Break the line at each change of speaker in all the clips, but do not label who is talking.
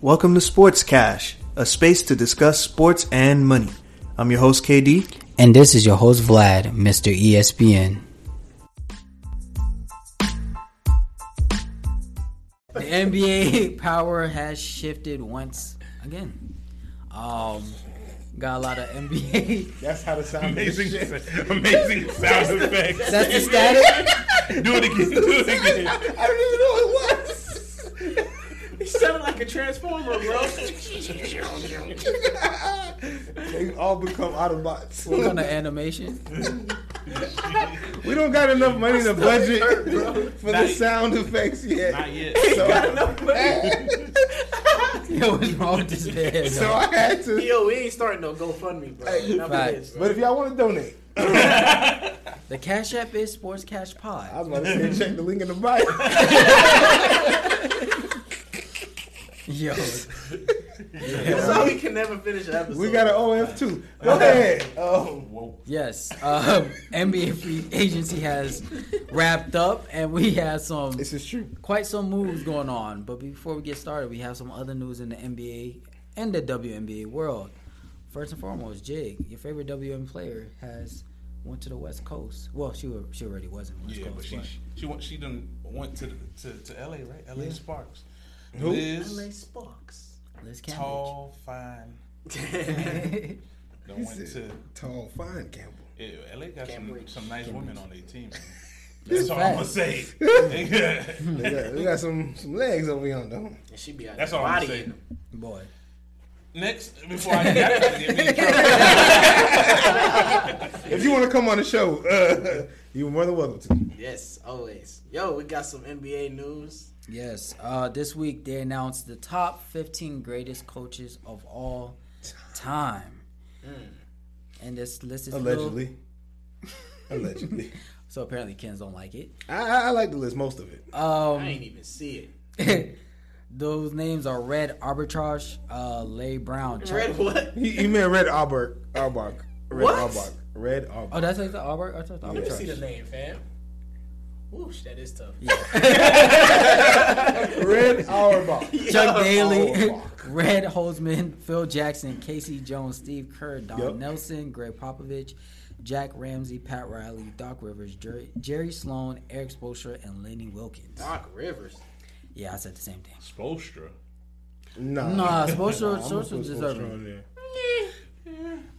Welcome to Sports Cash, a space to discuss sports and money. I'm your host, KD.
And this is your host, Vlad, E Mr. ESPN. The NBA power has shifted once again. Um, got a lot of NBA.
That's how the sound amazing, amazing sound effects.
That's the static.
do it again. Do it again.
I don't even know what it was. He sounded like a transformer, bro.
They all become Autobots.
What kind of animation?
We don't got enough money in the budget for the
Not-
sound effects yet.
Not yet.
So,
Yo, what's wrong with this man?
so I had to.
Yo, we ain't starting no GoFundMe, bro. None of this.
But if y'all want to donate,
The Cash App is Sports Cash Pod.
I was about to say check the link in the bio.
Yo,
That's how we can never finish an episode.
We got an OF too. Go
Uh-huh.
ahead.
Uh,
Um,
yes. Um, NBA free agency has wrapped up, and we have some
this is true.
quite some moves going on. But before we get started, we have some other news in the NBA and the WNBA world. First and foremost, Jig, your favorite WNBA player, has went to the West Coast. Well, she wa- she already was in the West
Yeah,
Coast.
but she
but-
she went she done went to to, to L.A. right? L.A. Sparks.
LA
Liz
Sparks.
Liz Cambage.
tall fine. Done
He
went to
said, Tall, fine Campbell.
yeah, L.A. Got
Can't
some,
wait.
some nice
Can't
women
wait.
on their team. man. That's all I'm gonna
facts.
say.
We got, we got some some legs over here, though.
And she be out
That's
there
all I'm
bodying
saying.
them.
Boy.
Next, before I get, I get me in trouble.
If you want to come on the show, uh, you're more than welcome to.
Yes, always. Yo, we got some NBA news.
Yes. Uh, this week they announced the top 15 greatest coaches of all time.
Mm.
And this list is little-
Allegedly. Allegedly.
so apparently Kens don't like it.
I, I, I like the list, most of it.
Um,
I ain't even see it.
those names are Red Arbitrage, uh, Larry Brown. Chuck-
Red what?
He, he meant Red Auerbach. Auerbach. Red
What?
Auerbach. Red Auerbach.
Oh, that's like the Arbor. I thought the
Let me see
Arbitrage.
the name, fam. Whoosh, that is tough.
Red Auerbach.
Chuck Daly,
Oh, fuck.
Red Holzman, Phil Jackson, Casey Jones, Steve Kerr, Don
Yep.
Nelson, Greg Popovich, Jack Ramsey, Pat Riley, Doc Rivers, Jerry, Jerry Sloan, Eric Spoelstra, and Lenny Wilkins.
Doc Rivers.
Yeah, I said the same thing.
Spolstra.
Nah.
Nah, Spoelstra,
I'm
Spoelstra
supposed to put Spoelstra
deserving.
on there.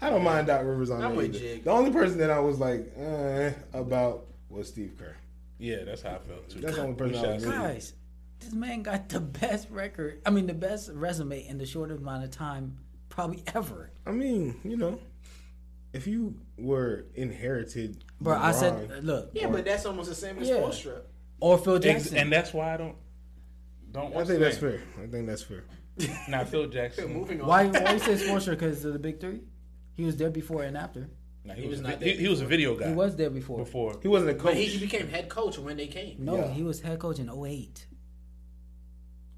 I don't mind Doc Rivers on
I'm
there.
with
either.
Jig.
The only person that I was like, eh, about was Steve Kerr.
Yeah, that's how I felt too.
That's the only person
We
I
shall
was
see.
really-
Guys, this man got the best record. I mean, the best resume in the shortest amount of time probably ever.
I mean, you know, if you were inherited,
Bro, I
LeBron,
said, uh, look,
Yeah, but that's almost the same as
Yeah.
Spolstra.
or Phil
Ex-
Jackson.
and that's why I don't don't.
I
What's
think
the
that's
name?
fair. I think that's fair.
Now Phil Jackson.
Moving on.
Why, why you say Spoelstra? Because of the big three? He was there before and after.
Nah, he, was
not
not.
there
He, he was a video guy
He was there before.
before.
He wasn't a coach.
But he became head coach when they came.
No,
Yeah.
he was head coach in 08.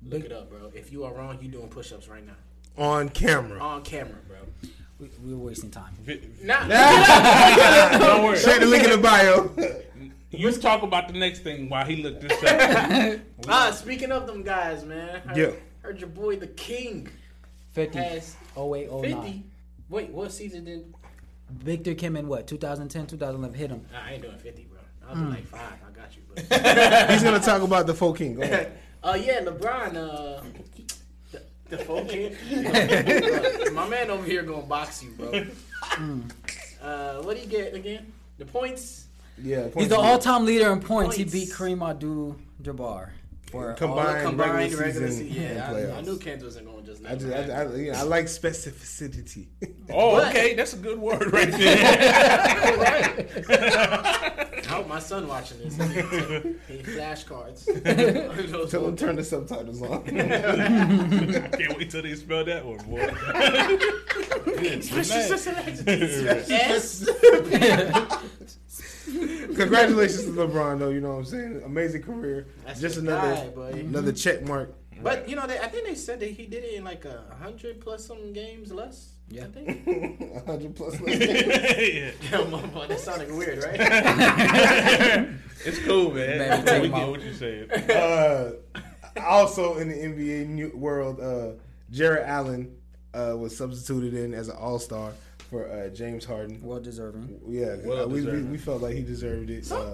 Look it up, bro. If you are wrong, you doing push-ups right now
on camera.
on camera, bro.
We, we were wasting time.
Vi-
Not
don't worry.
Check the link in the bio.
You talk about the next thing while he looked this up.
ah. Speaking of them guys, man. Heard,
Yeah.
Heard your boy the King
50.
has
08, 09.
Oh,
fifty. Wait, what season did?
Victor came in what? 2010, 2011. Hit him.
Nah, I ain't doing fifty, bro.
Hmm.
I was doing like five. I got you, but
He's gonna talk about the folk king. Go ahead.
uh, yeah, LeBron. Uh, the, the folk kid. Bro, My man over here gonna box you, bro.
Hmm.
Uh, what do you get again? The points.
Yeah,
He's the all time leader in points. He
Points.
beat Kareem Abdul Jabbar. For all-
combined,
combined
regular, season.
Yeah,
and
I, I
playoffs.
knew Kendra wasn't going to just.
I, just, I, I, you know, I like specificity.
Oh,
But-
okay, that's a good word right there.
I hope my son watching this. He flashcards. Those
Tell him
ones.
to turn the subtitles on.
Can't wait till they spell that one, boy.
S.
Congratulations to LeBron, though. You know what I'm saying? Amazing career.
That's
Just
the
another
guy, boy.
another check mark.
But you know, they, I think they said that he did it in like a hundred plus some games less.
Yeah.
I think.
100 plus. left.
yeah.
Damn, my boy, that sounded weird, right?
It's cool, man.
Baby, take
we
him
get
out.
what you saying.
uh, also in the NBA new world, uh, Jared Allen uh, was substituted in as an All Star for uh, James Harden.
Well deserving.
Yeah,
Well
we, we,
deserving.
we felt like he deserved it. Uh,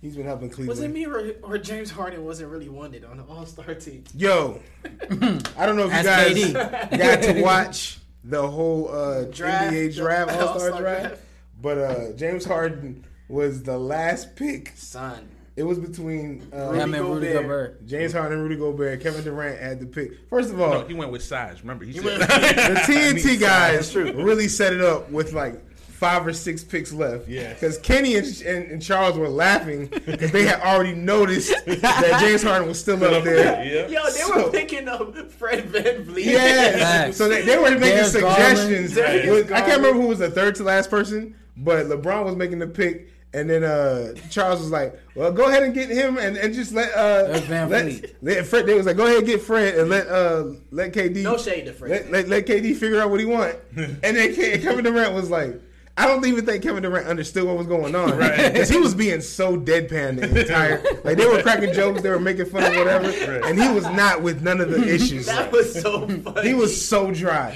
he's been helping Cleveland.
Was it me or, or James Harden wasn't really wanted on the All Star team?
Yo, I don't know if you
Ask
guys
KD.
got to watch the whole uh,
Draft,
NBA
the
draft,
All-Star
All Star
draft.
draft, but uh, James Harden was the last pick.
Son,
It was between uh,
Him and Rudy
Gobert.
Gobert.
James Harden, Rudy Gobert, Kevin Durant had the pick. First of all,
No, he went with size. Remember, he,
went
said
with
the TNT
That's
guys
true.
really set it up with like five or six picks left.
Yeah.
Because Kenny and, and, and Charles were laughing because they had already noticed that James Harden was still up there.
Yeah.
yo, they
So-
were picking up Fred Van Vliet.
Yeah.
Facts.
So they, they were making
There's
suggestions.
Garland.
It was- I can't
Garland.
remember who was the third to last person, but LeBron was making the pick. And then uh, Charles was like, "Well, go ahead and get him, and, and just let uh,
There's Van Vliet.
let, let Fred." They was like, "Go ahead and get Fred, and let uh, let KD
No shade to Fred.
Let, let, let KD figure out what he want." and then Ke- Kevin Durant was like, "I don't even think Kevin Durant understood what was going on,
Right.
Because he was being so deadpan the entire like they were cracking jokes, they were making fun of whatever,
Right.
and he was not with none of the issues.
That was so funny.
He was so dry,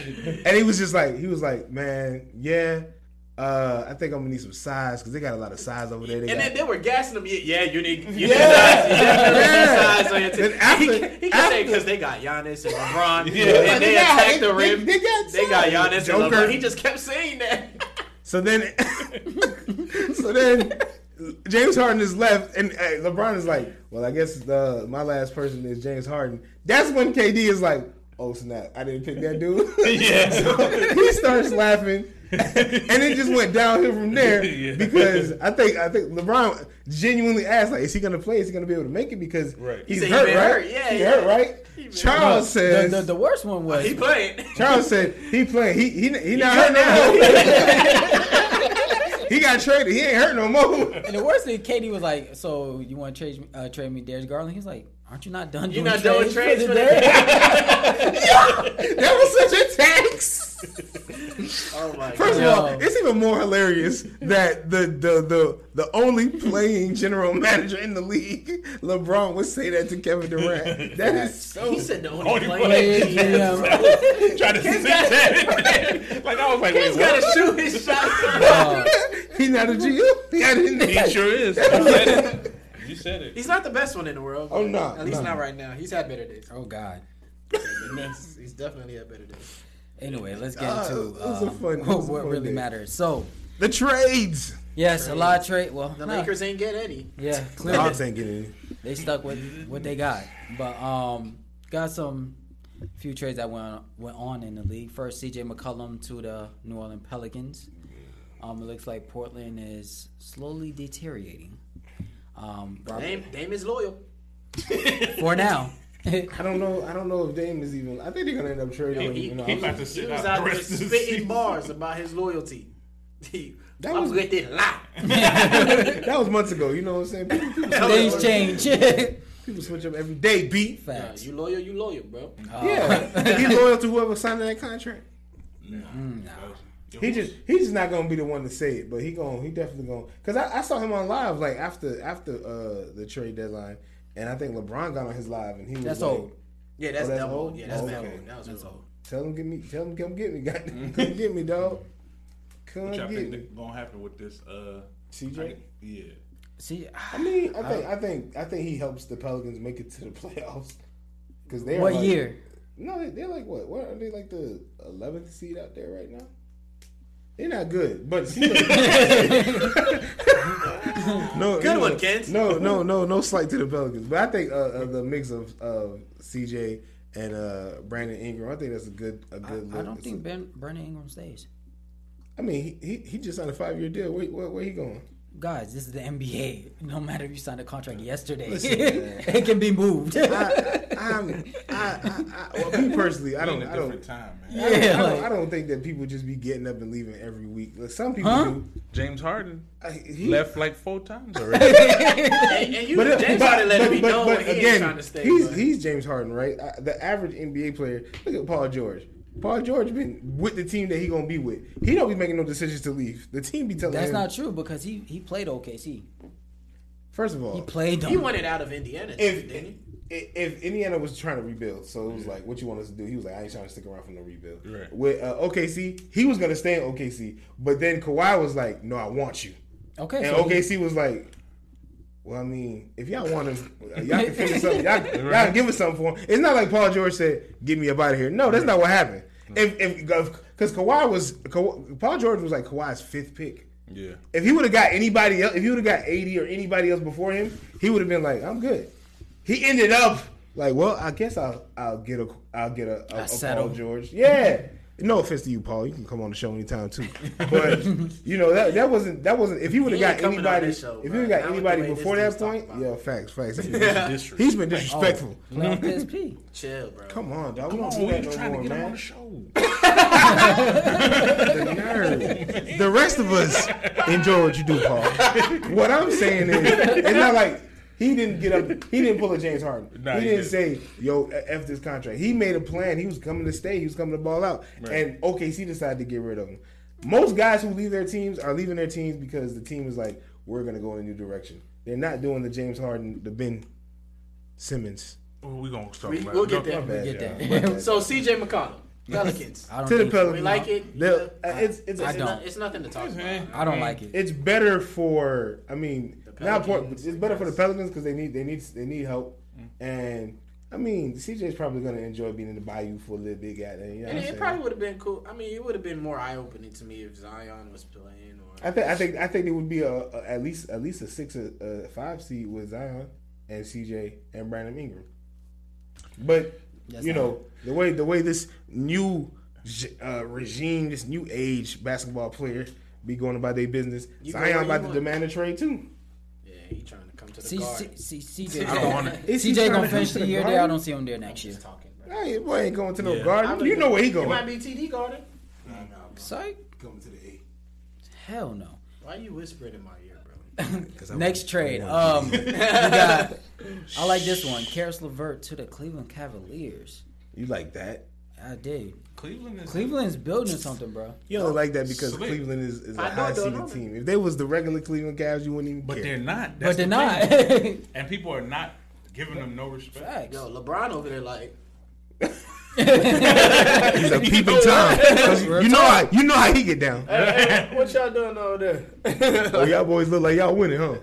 and he was just like, he was like, man, yeah, uh, I think I'm gonna need some size because they got a lot of size over there. They
And
got-
then they were gassing him. Yeah, yeah you need,
Yeah.
you need size. Yeah,
Yeah.
size on your team.
Then after-
he can, he can say
after-
because they got Giannis and LeBron.
Yeah.
And they
got-
attacked the
they-
rim.
They, got,
They got
size.
Giannis and
Joker.
LeBron. He just kept saying that.
So then, so then, James Harden is left, and uh, LeBron is like, "Well, I guess uh, my last person is James Harden." That's when KD is like, "Oh snap! I didn't pick that dude."
Yeah.
so he starts laughing, and it just went downhill from there
Yeah.
because I think I think LeBron genuinely asked, "Like, is he gonna play? Is he gonna be able to make it?" Because
Right.
he's
He said he
hurt,
been
right?
hurt. Yeah,
he
yeah.
hurt, right?
He been
Charles
The,
says.
the, the worst one was
He playing.
Charles said he playing. He he he not hurt no more. he got traded. He ain't hurt no more.
and the worst thing, Katie was like, "So you want to trade me- uh, trade me Darius Garland?" He's like, "Aren't you not done?
You're
doing
not doing trades for
today?"
That was such a tax.
Oh my
First of
god.
all,
Yo.
it's even more hilarious that the the the the only playing general manager in the league, LeBron, would say that to Kevin Durant. That is so.
He said the
Oh,
only,
Only
player.
player.
he has.
Trying to sit that. like I was like, wait,
He's got
what?
to shoot his shot.
Uh,
He not a GM. He not in
He
there.
sure is. You said it. You said it.
He's not the best one in the world.
Oh,
but
no,
At least
no.
not right now. He's had better days.
oh God.
He's, he's definitely had better days.
Anyway, let's get
Ah,
into
it was a
um,
fun- it
what,
was a
what
fun
really
day.
matters. So,
The trades.
yes, a lot of trade. Well,
The
nah,
Lakers ain't getting any.
yeah, clearly
Dogs ain't getting any.
they stuck with what they got. But um, got some few trades that went on, went on in the league. First, C.J. McCollum to the New Orleans Pelicans. Um, it looks like Portland is slowly deteriorating. Um, Robert-
Dame, Dame is loyal.
for now,
I don't know. I don't know if Dame is even. I think they're gonna end up trading. him,
he-
you know.
He about to
He
sit
was
out
out
the
there
rest of the season.
spitting bars about his loyalty. He,
That
I'm
was-
with it lie.
That was months ago. You know what I'm saying? People, people,
things change.
people switch up every day. B.
Nah,
Facts.
you loyal, you loyal, bro.
Yeah, he loyal to whoever signed that contract.
Yo,
He just he's just not gonna be the one to say it, but he going he definitely going because I, I saw him on live like after after uh the trade deadline, and I think LeBron got on his live and he was
That's
like,
old.
Yeah, that's,
Oh, that's
double.
old?
Yeah, that's
Oh,
double.
okay.
That was
That's
real.
all.
"Tell him get me, tell him come get me, goddamn, come get me, dog, come
Which I
get
think
me."
that gonna happen with this. Uh,
CJ?
I think- yeah.
See,
I mean, I think I think I think he helps the Pelicans make it to the playoffs because they are
what
like-
year?
No, they, they're like what? What are they like the eleventh seed out there right now? They're not good, but no,
Good
no,
one, Kent.
No, no, no, no slight to the Pelicans, but I think uh, uh, the mix of of CJ and uh, Brandon Ingram, I think that's a good a
I,
good.
I
look.
don't
It's
think
a-
ben, Brandon Ingram stays.
I mean, he, he he just signed a five year deal. Wait, where, where he going?
Guys, this is the NBA. No matter if you signed a contract yesterday,
Listen, man.
it can be moved.
I, I'm, I, I, I, well, me personally, I
I
don't,
in a
I don't,
different time,
I
man.
don't,
Yeah,
I don't,
like-
I don't think that people just be getting up and leaving every week. Like some people
Huh?
do.
James Harden
I, he,
left like four times already.
And, and you,
But,
James
but-
Harden let
but-
it be
but-
known
but
when he ain't
again,
trying to stay.
He's,
but-
he's James Harden, right? I, the average NBA player. Look at Paul George. Paul George been with the team that he gonna be with. He don't be making no decisions to leave. The team be telling
That's
him.
not true because he he played OKC.
first of
He
all,
played them.
he wanted out of Indiana,
If-
didn't he?
i- if Indiana was trying to rebuild, so it was like, what you want us to do? He was like, I ain't trying to stick around for no rebuild.
Right.
With uh, OKC, he was gonna stay in OKC, but then Kawhi was like, No, I want you.
Okay.
And
so he-
OKC was like, Well, I mean, if y'all want him, y'all can figure something. Y'all, y'all can give us something for him. It's not like Paul George said, "Get me up out of here." No, that's not what happened. If if because Kawhi was Kawhi, Paul George was like Kawhi's fifth pick.
Yeah.
If he would have got anybody else, if he would have got 80 or anybody else before him, he would have been like, I'm good. He ended up like, well, I guess I'll I'll get a I'll get a, a, a Paul
settle.
George. Yeah. No offense to you, Paul. You can come on the show anytime too. But you know that that wasn't that wasn't if he would have
He ain't
got
coming on
anybody
this show,
if he
bro.
would have
Not
got
with
anybody
the way this
before that
dude's talking
point,
about. oh,
yeah, facts, facts.
Disrespect.
He's been disrespectful.
Play on PSP.
Chill, bro.
Come on, dog. We
Come
don't
on,
do
we
that no
was trying
more,
to get him on
man.
the show.
Nerd. The rest of us enjoy what you do, Paul. What I'm saying is, it's not like he didn't get up. He didn't pull a James Harden.
Nah,
he,
he
didn't say,
didn't.
"Yo, f this contract." He made a plan. He was coming to stay. He was coming to ball out.
Right.
And OKC decided to get rid of him. Most guys who leave their teams are leaving their teams because the team is like, "We're going to go in a new direction." They're not doing the James Harden, the Ben Simmons.
Well, Oh, we gonna start.
We- we'll get there.
My bad,
Get
y'all.
that.
My bad.
So CJ McConnell, Pelicans.
I don't
to the
think so.
Pelicans,
We like it.
They'll- uh, it's it's
I
It's,
don't.
not, it's nothing to talk about.
I don't like it.
it's better for I mean not for,
Pelicans, Mm.
it's better for the Pelicans because they need they need they need help and I mean CJ's probably gonna enjoy being in the Bayou for a little bit goddamn you know what
And
I'm
it
saying?
probably would have been cool. I mean, it would have been more eye opening to me if Zion was playing or
I think I think I think it would be a, a at least at least a six or a five seed with Zion and CJ and Brandon Ingram but
That's
you
not-
know the way the way this new j- uh, regime this new age basketball player be going about their business
You go where
Zion
you
about to
want.
demand a trade too.
yeah, he trying to come to the
C-
guard.
C- C- CJ
I don't wanna-
Is he
CJ
trying
gonna
to
finish
come to
the
the
year there. I
garden?
don't see him there next year.
Just talking, bro.
Hey, boy ain't going to no
Yeah.
garden. You know where he
It
going.
might be TD guarding.
Sorry?
Coming to the eight.
Hell no.
Why you whispering in my ear, bro?
Next trade. Um, we got. I like this one. Karis LeVert to the Cleveland Cavaliers.
You like that?
I did.
Cleveland is.
Cleveland's building something, bro.
You don't like that because
Slick.
Cleveland is, is a
I know,
high
don't
seeded
know.
team. If they was the regular Cleveland Cavs, you wouldn't even
But they're
care.
not.
but
That's
they're
the
not.
thing. And people are not giving them no respect.
Facts.
Yo, LeBron over there, like
He's a peeping time. 'Cause
Real
you know how you know how he get down.
what y'all doing over
Oh,
there?
y'all boys look like y'all winning, huh?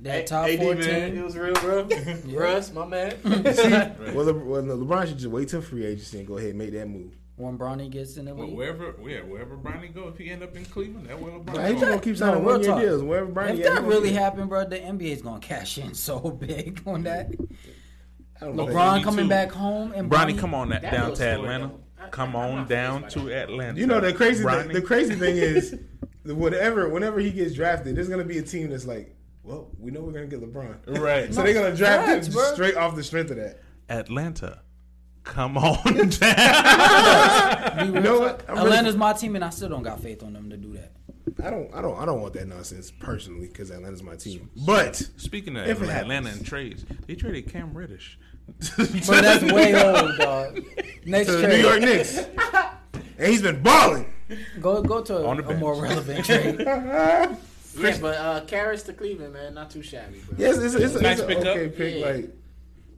That top
AD,
fourteen.
man, it was real, bro. Russ, my man.
well, Le- well, LeBron should just wait till free agency and go ahead and make that move.
When Bronny gets in the
But
league,
wherever, yeah, wherever Bronny go, if he end up in Cleveland, that where
Nah, he
LeBron
just gonna
go.
keep signing
real
one year
talk.
deals wherever Brian.
if that really happened, bro, the NBA's gonna cash in so big on that.
Bronny
LeBron
too.
coming back home and
Bronny, come on that,
That
down
little
to
story,
Atlanta.
though. I-
come
I- I'm
on
not
down
phased by
to Atlanta.
You know the crazy thing,
Bronny.
the crazy thing is the- whatever whenever he gets drafted, there's gonna be a team that's like, well, we know we're gonna get LeBron.
right.
So they're gonna draft
Facts,
him
bro.
straight off the strength of that.
Atlanta, come on down.
You know what? I'm really-
Atlanta's my team, and I still don't got faith on them to do that.
I don't, I don't, I don't want that nonsense personally because Atlanta's my team. But
Speaking of
If it
Atlanta, Atlanta
happens.
and trades, they traded Cam Reddish.
But that's way old, dog. Next
to the
trade,
New York Knicks, and he's been balling.
go go to
On the
a, a more
bench.
relevant trade.
yeah, but uh, Karras to Cleveland, man, not too shabby, bro.
Yes, it's, it's, it's,
Nice
an
pick up.
okay pick.
Yeah.
Like,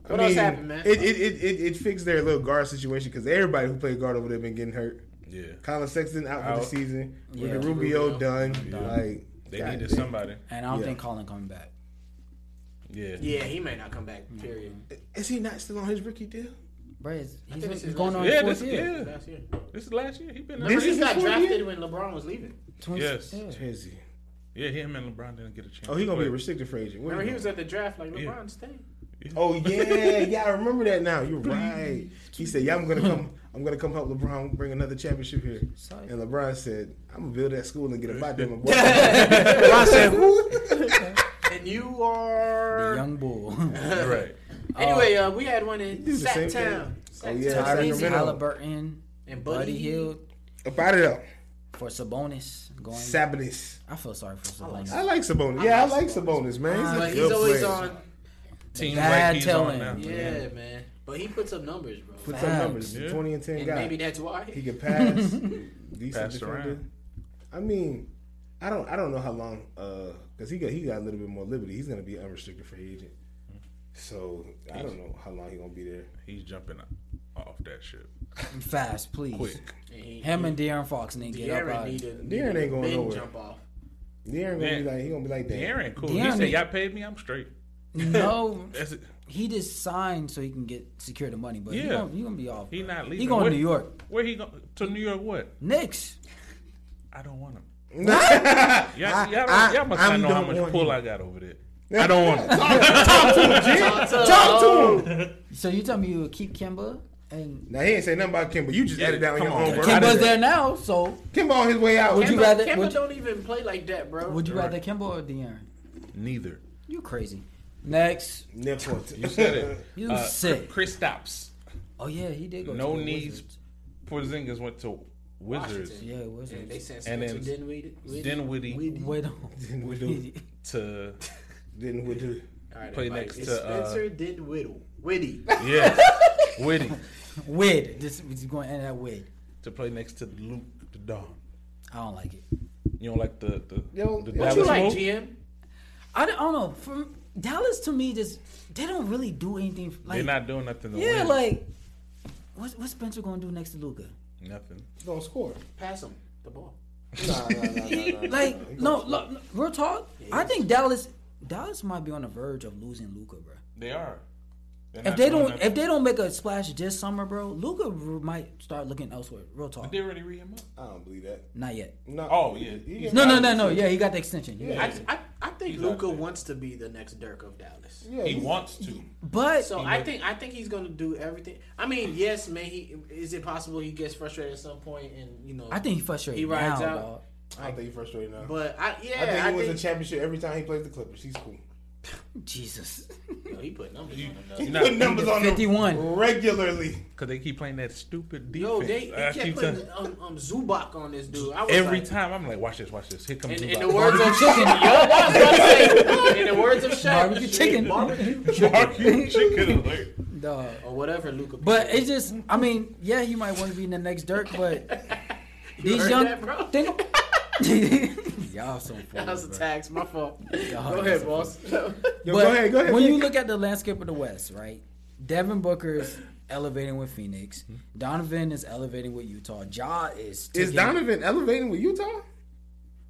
What else happened, man?
It it, it, it it fixed their little guard situation because everybody who played guard over there been getting hurt.
yeah,
Colin Sexton out, for
Out.
the season.
Yeah.
Ricky Rubio,
Rubio.
done. Like
they
God damn.
needed somebody.
And I don't
Yeah.
think Colin coming back.
Yeah.
Yeah, he may not come back. Period.
Is he not still on his rookie deal?
Bro, he's, he's,
this
he's
is
going
last
on
Yeah,
his
this,
fourth
yeah.
year.
Last year.
this is last year. He been
Remember,
This
he
is
got
his fourth
drafted
year?
when LeBron was leaving.
Twenty-
Yes.
yeah.
Crazy.
yeah, him and LeBron didn't get a chance.
Oh, he
to
gonna be a
play.
restricted free agent. Where
Remember,
he
he
going?
was at the draft like
Yeah.
LeBron's thing.
Oh yeah, yeah, I remember that now. You're right. He said, "Yeah, I'm gonna come. I'm gonna come help LeBron bring another championship here."
Sorry.
And LeBron said, "I'm gonna build that school and get a body." LeBron said, "Who?"
And you are.
Young bull.
right.
Anyway, uh, we had one in
This is the same
Sac
thing.
Town.
Oh
Sac
yeah,
Town.
I
Tyrese
remember.
Halliburton,
And
Buddy
Buddy
Hill
Hield.
About it up,
for Sabonis going.
Sabonis.
I feel sorry for
Oh,
Sabonis.
I like Sabonis. Yeah, I like Sabonis, man. Uh, He's a
But he's
good
always
player.
on.
Team
Bad
like he's
telling.
on now.
Yeah, man. But he puts up numbers, bro.
Put some
Facts.
numbers. He's a
Yeah.
Twenty and ten
and
guy.
maybe that's why.
He can pass. decent
Pass
defender.
around.
I mean, I uh, don't I don't know how long because he got he got a little bit more liberty. He's gonna be unrestricted free agent. So I don't know how long he gonna be there.
He's jumping off that ship.
Fast, please.
Quick.
And he-
Him and De'Aaron Fox need to get up
De'Aaron
out.
need
Needed.
to- need
De'Aaron
to
ain't going
big
nowhere.
Jump off.
De'Aaron gonna be
Yeah.
like he gonna be like that.
De'Aaron, cool.
De'Aaron-
He said, "Y'all paid me. I'm straight."
No,
That's it.
he just signed so he can get secure the money, but he
Yeah.
gonna, he gonna be off.
He
bro.
not leaving.
He going
What-
to New York.
Where he going to New York? What?
Knicks.
I don't want him. Y'all,
I-
y'all,
I-
y'all must
I'm
not know how
don't
much
want
pull
him.
I got over there. I don't want him. Oh.
Talk to
Talk
him.
to him.
So you tell me you would keep Kimba and
Now he ain't say nothing about Kimba. You just
Yeah,
added that on
come
your
on.
own.
Kimba's
Kimba,
Kimba's there now. So
Kimba on his way out.
Would you
Kemba-
rather-
Kemba
would you-
don't even play like that, bro.
would you rather Kimba or De'Aaron?
Neither.
You crazy. Next.
Nepotism.
You said it.
You
Uh,
sick.
Chris Stops.
Oh yeah, he did go.
No
to the
knees.
Wizards.
Porzingis went to Wizards.
Washington.
Yeah,
Yeah,
Wizards.
they sent
And
Spencer
then
Dinwiddie.
Dinwiddie
Wait on.
Dinwiddie.
to
Didn't we do?
All right,
Play
everybody.
next
It's
to, uh,
Spencer Dinwiddie. Whitty.
yes, Witty
Wid. This is going to end at wid.
to play next to Luke the Don.
I don't like it.
You don't like the the,
Yo,
the
what you
What you
Dallas
like,
move?
GM?
I don't, I don't know. From Dallas to me, just they don't really do anything. Like,
They're not doing nothing. To
yeah,
win.
like what's what's Spencer going to do next to Luca?
nothing.
He's gonna score.
Pass him the ball.
Nah, nah, nah, nah, nah.
Like no, look, no, real talk. I think Dallas Dallas might be on the verge of losing Luca, bro.
They are. They're
If
not
they
doing
don't
nothing.
if they don't make a splash this summer, bro, Luca might start looking elsewhere. Real talk.
they already re him up.
I don't believe that.
Not yet.
No.
Oh yeah.
He-
No, no, no, no. Yeah, he got the extension. He got-
I, I, I think
He's out
Luca
there.
wants to be the next Dirk of Dallas.
Yeah,
He
he's-
wants to.
But
So I think I think he's gonna do everything. I mean, yes, man. He is it possible he gets frustrated at some point and you know.
I think he frustrated
He rides
now,
out.
dog.
I don't think he's frustrated now.
But I yeah,
I think he wins
think-
the championship every time he plays the Clippers. He's cool.
Jesus.
No, he put numbers on him.
He
though.
Nah,
put numbers on them
51.
regularly.
Cause they keep playing that stupid defense. Uh,
Yo, they,
I
they kept
keep telling-
putting um, um, Zubac on this dude. I was
every
like,
time I'm like, watch this, watch this. Here comes
In,
Zubac.
in the words of chicken, yo, I was about to say, in the words of Shaq,
Barbecue chicken.
barbecue
Barbecue chicken alert.
Dog.
or whatever, Luca.
But it's just, I mean, yeah, he might want to be in the next Dirk, but these
heard
young
that, bro?
think. Y'all so funny.
that was a
bro.
tax. My fault. Go
that's
ahead, boss.
Yo,
But
go ahead, go ahead.
When
Nick.
you look at the landscape of the West, right? Devin Booker is elevating with Phoenix. Donovan is elevating with Utah. Ja is
Hmm. is
taking-
Donovan elevating with Utah?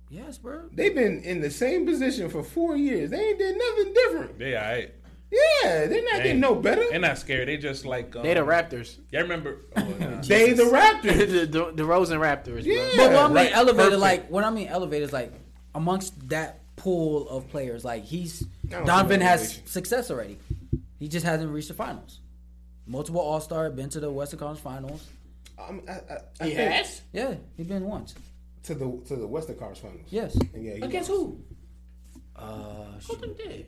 Yes, bro.
They've been in the same position for four years. They ain't did nothing different.
They alright.
Yeah, they're not getting no better.
They're not scared. They just like um,
They the Raptors.
Y'all remember? Oh, nah.
They the Raptors.
the, the, the Rosen Raptors, bro.
Yeah.
But what I mean
right,
elevated,
perfect.
like what I mean elevated is like amongst that pool of players, like he's
don't
Donovan
see
has
motivation.
success already. He just hasn't reached the finals. Multiple All Star, been to the Western Conference Finals.
Um, I, I, I
He
think
has?
Yeah, he's been once.
to the to the Western Conference Finals.
Yes.
And yeah, he
Against
lost.
who?
Uh,
Who
shit.
them did?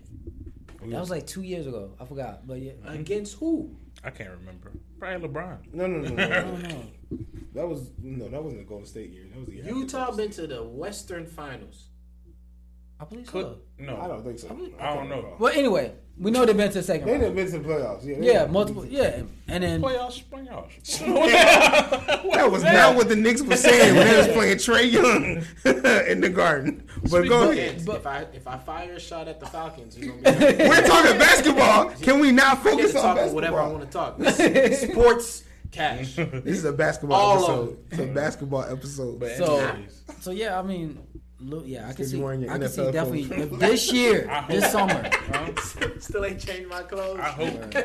that was like two years ago. I forgot, but yeah,
Against who?
I can't remember. Probably LeBron.
No, no, no, no,
I
no.
don't know.
That was no, that wasn't the Golden State year. That was the year after
Utah
Golden
been to the Western Finals.
I believe
Could
so.
no?
State. I don't think so.
I don't know.
recall.
Well, anyway, we know they've been to the second.
They
Round.
done been to the playoffs. Yeah, they
Yeah,
done.
multiple. Yeah, and then
Playoffs, playoffs.
That was not what the Knicks were saying when they was playing Trey Young in the Garden. But go ahead.
Against. if I if I fire a shot at the Falcons, you're gonna be
We're talking basketball. Can we not
I get
focus
to
on
talk about
basketball?
whatever I want to talk. This is sports cash.
This is a basketball
All of
episode. It's a basketball episode.
But
So-
anyways,
So yeah, I mean, Lu- yeah, I can
Because
see,
you wearing your
I can see
NFL
definitely
clothes.
if this year,
I hope-
this summer.
Still ain't changed my clothes.
I hope.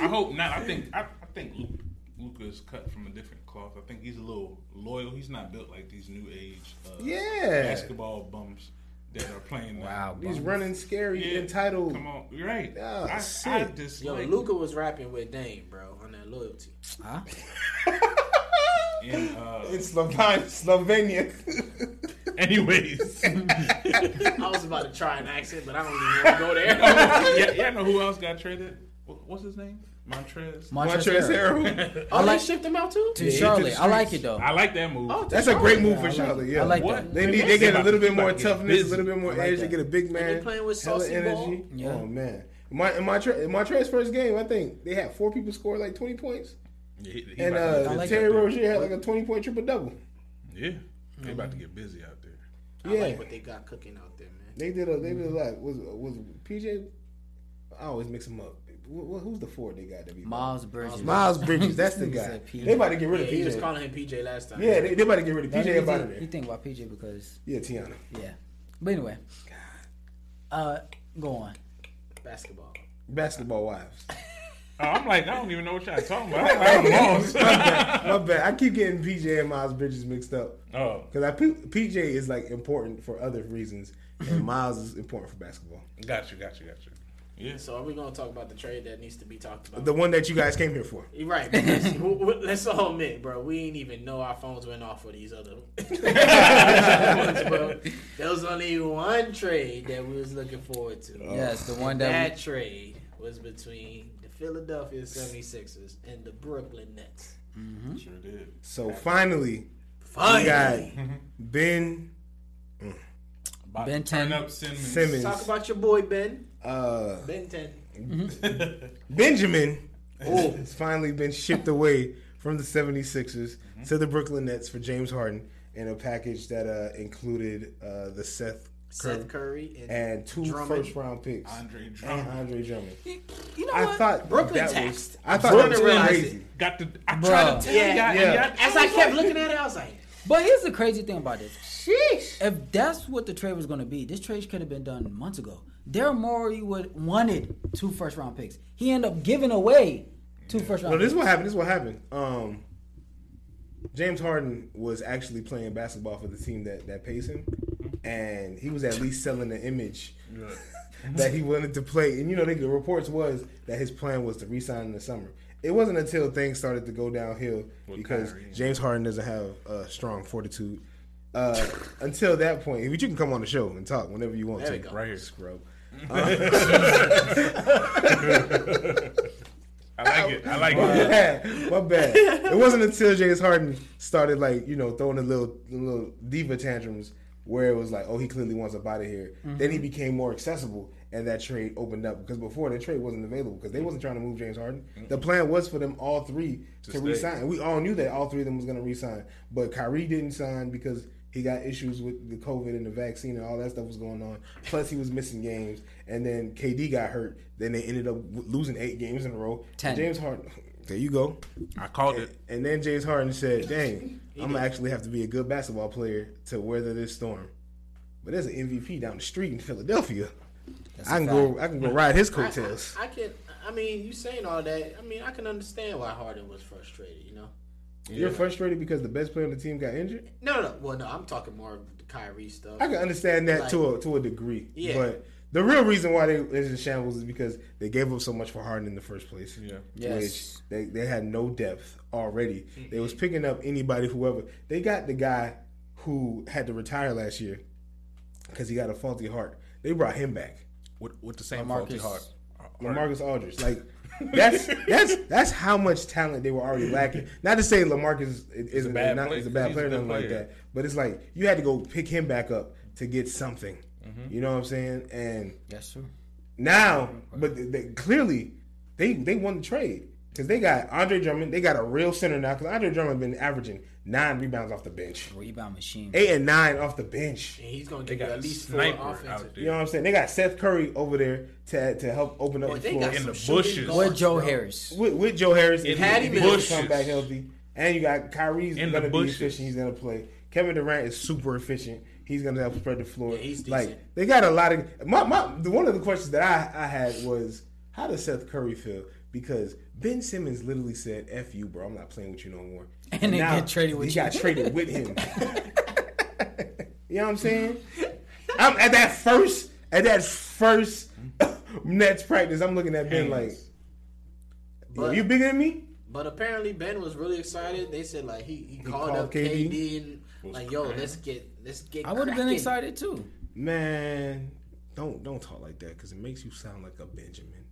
I hope not. I think. I, I think Luke, Luca is cut from a different cloth. I think he's a little loyal. He's not built like these new age uh,
Yeah.
basketball bums that are playing. now.
He's running scary,
Yeah,
entitled.
Come on, you're right.
Ah,
I, I
shit.
dislike.
Yo, Luca was rapping with Dame, bro, on that loyalty.
Huh?
And, uh,
In Slovenia. Slovenia.
anyways,
I was about to try an accent, but I don't even want to go there.
yeah, yeah. I know who else got traded. What, what's his name? Montrez.
Montrezl
Harrell.
Harrell.
Oh,
like-
they shipped him out too.
to
Yeah, he took
Charlotte.
the
I like it
streets.
though.
I like that move.
Oh,
That's a great move
Yeah, I
for
like-
Charlotte. Yeah,
I like
what?
They need. They get a little bit more
Everybody get
toughness, a
busy.
little bit more
I like
edge. They
that.
get a big man.
they playing with
hella
Saucy Ball.
Yeah.
Oh man. In my in my tra- in Montrezl first game, I think they had four people score like twenty points,
Yeah, he- he
and
about to
uh,
get
like
busy
Terry
out there.
Rozier had like a twenty point triple double.
Yeah, they about to get busy out there.
I
Yeah,
like what they got cooking out there, man.
they did a they did a lot. Was was PJ? I always mix them up. wh- wh- who's the four they got to be?
Miles Bridges.
Miles Bridges, that's the
Nigga
guy.
said PJ.
They about to get rid
Yeah,
of
he was
PJ.
calling him PJ last time.
Yeah, they, they about to get rid of
Now,
PJ.
you
About
think-
it.
You think about PJ because
Yeah, Tiana.
yeah, but anyway, uh, go on.
basketball.
Basketball wives.
Oh, I'm like, I don't even know what y'all talking about. I'm, I'm lost.
My bad. My bad. I keep getting PJ and Miles Bridges mixed up
oh,
because I P- PJ is like important for other reasons, and Miles is important for basketball.
got you, got you, got you. Yeah.
So are we gonna talk about the trade that needs to be talked about?
The one that you guys came here for.
You're right. because who- who- Let's all admit, bro. We ain't even know our phones went off for these other ones, bro. There was only one trade that we was looking forward to.
Oh.
Yes, the one
And
that
that
we-
trade was between the Philadelphia 76ers and the Brooklyn Nets.
Sure did.
So finally, we got
Finally,
Ben
About
Ben
to turn
10.
up Simmons.
talk
Simmons,
about your boy Ben
uh,
Benton.
Benjamin.
Oh,
has finally been shipped away from the 76ers to the Brooklyn Nets for James Harden in a package that uh, included uh, the Seth
Seth Curry and,
and two
Drummond.
first round picks
Andre Drummond.
and Andre Drummond.
you know
I
what?
thought
Brooklyn
that
taxed.
was I thought that was
Brooklyn realized
crazy.
Got the. I
Bruh.
tried to tell
Yeah,
y'all.
yeah.
And y'all
As I kept looking at it, I was like,
But here's the crazy thing about this:
"Sheesh."
if that's what the trade was going to be, this trade could have been done months ago. Daryl Morey would wanted two first round picks. He ended up giving away two first round.
No, this
picks.
is what happened. This is what happened. Um, James Harden was actually playing basketball for the team that, that pays him, and he was at least selling the image that he wanted to play. And you know, they, the reports was that his plan was to resign in the summer. It wasn't until things started to go downhill because
Kyrie.
James Harden doesn't have uh, strong fortitude. Uh, until that point, but you can come on the show and talk whenever you want to.
There we go.
Right here.
scrub.
I like it. I like
My
it.
bad. My bad. It wasn't until James Harden started like you know throwing the little the little diva tantrums where it was like, oh, he clearly wants up out of here. Then he became more accessible, and that trade opened up because before that trade wasn't available because they wasn't trying to move James Harden. The plan was for them all three to,
stay.
resign, and we all knew that all three of them was going to resign. But Kyrie didn't sign because. He got issues with the COVID and the vaccine and all that stuff was going on. Plus, he was missing games, and then KD got hurt. Then they ended up w- losing eight games in a row.
Ten.
James Harden. There you go.
I called it.
And then James Harden said, "Dang, I'm gonna actually have to be a good basketball player to weather this storm." But there's an MVP down the street in Philadelphia. I can go. I can go ride his coattails.
I can. I mean, you saying all that. I mean, I can understand why Harden was frustrated. You know.
You're frustrated because the best player on the team got injured.
No, no. Well, no. I'm talking more of the Kyrie stuff.
I can understand that to a to a degree.
Yeah.
But the real reason why they is in shambles is because they gave up so much for Harden in the first place.
Yeah.
Yes.
Which they, they had no depth already. They was picking up anybody, whoever. They got the guy who had to retire last year because he got a faulty heart. They brought him back.
With, with the same
LaMarcus.
faulty heart.
Lamarcus Aldridge. Like that's that's that's how much talent they were already lacking. Not to say Lamarcus is, is a bad
bad
not,
player,
is a bad
he's a
player or
good
nothing like
player.
that, but it's like you had to go pick him back up to get something.
Mm-hmm.
You know what I'm saying? And
That's true.
now, but they, they- clearly they they won the trade because they got Andre Drummond. They got a real center now because Andre Drummond been averaging nine rebounds off the bench,
Rebound machine.
eight and nine off the bench.
and he's gonna give you
got
at
a
least four
sniper out
offensive.
there.
You know what I'm saying? They got Seth Curry over there to to help open up
Boy,
the
they
floor.
got
In
some
the
shooting
bushes.
guards,
With Joe
bro.
Harris.
with, with Joe Harris,
In
if
Had
he
him in
can
the
come
bushes.
back healthy, and you got Kyrie's
In the
gonna be
bushes.
efficient. He's gonna play. Kevin Durant is super efficient. He's gonna help spread the floor.
Yeah, he's
like
decent.
they got a lot of my my. The, one of the questions that I I had was how does Seth Curry feel because Ben Simmons literally said "F you, bro. I'm not playing with you no more." And,
then get traded with
he
you.
got traded with him. you know what I'm saying? I'm at that first at that first Nets practice. I'm looking at Ben like, "Yo,
But-
you bigger than me?"
But apparently Ben was really excited. They said like he, he, called,
called
up
KD.
KD, and like yo, let's get let's get.
I would have been
cracking.
excited too.
Man, don't don't talk like that because it makes you sound like a Benjamin,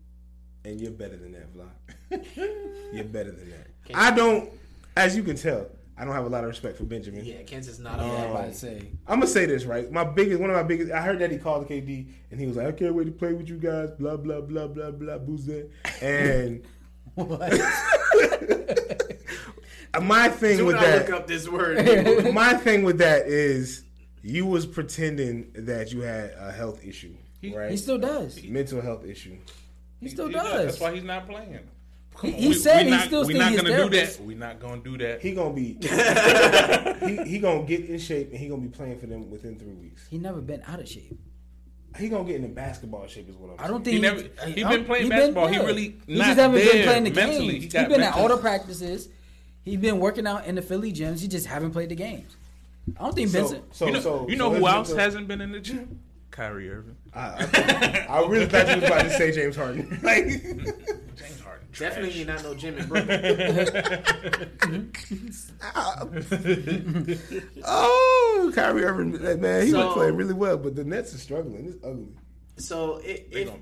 and you're better than that, Vlog. you're better than that. I don't, as you can tell, I don't have a lot of respect for Benjamin.
Yeah, Kansas not
Yeah,
all
I'm
that.
about to say.
I'm gonna say this right. My biggest, one of my biggest. I heard that he called KD and he was like, "I can't wait to play with you guys." Blah blah blah blah blah. Boozy. And
What?
my thing
Do
with
not
that,
look up this word. people.
my thing with that is, you was pretending that you had a health issue, right?
he still does.
mental health issue.
He still does.
That's why he's not playing. Come
He- he said he
not,
still
We're
think
not
he's
gonna
therapist.
do that. We're not gonna do that.
He gonna be he, he gonna get in shape and he gonna be playing for them within three weeks.
He never been out of shape.
He gonna get in the basketball shape is what I'm.
I don't
He
think
never-
I-
he
I
been
don't-
playing
he
basketball. He
yeah.
really
he
not
just haven't been
there
playing the
mentally.
games.
He
He
got
has been at all the
mentally-
practices. He's been working out in the Philly gyms. He just haven't played the games. I don't think
So-
Benson.
so-
you know,
so-
you
so
know who
let's
else
go-
hasn't been in the
Hmm?
gym? Kyrie Irving,
I, I, thought- I really thought you was about to say James Harden. Like,
James Harden, trash.
Definitely not no Jim and Brooklyn.
oh, Kyrie Irving, that man, he
So-
was playing really well, but the Nets is struggling. It's ugly.
So it,
They
if
gonna,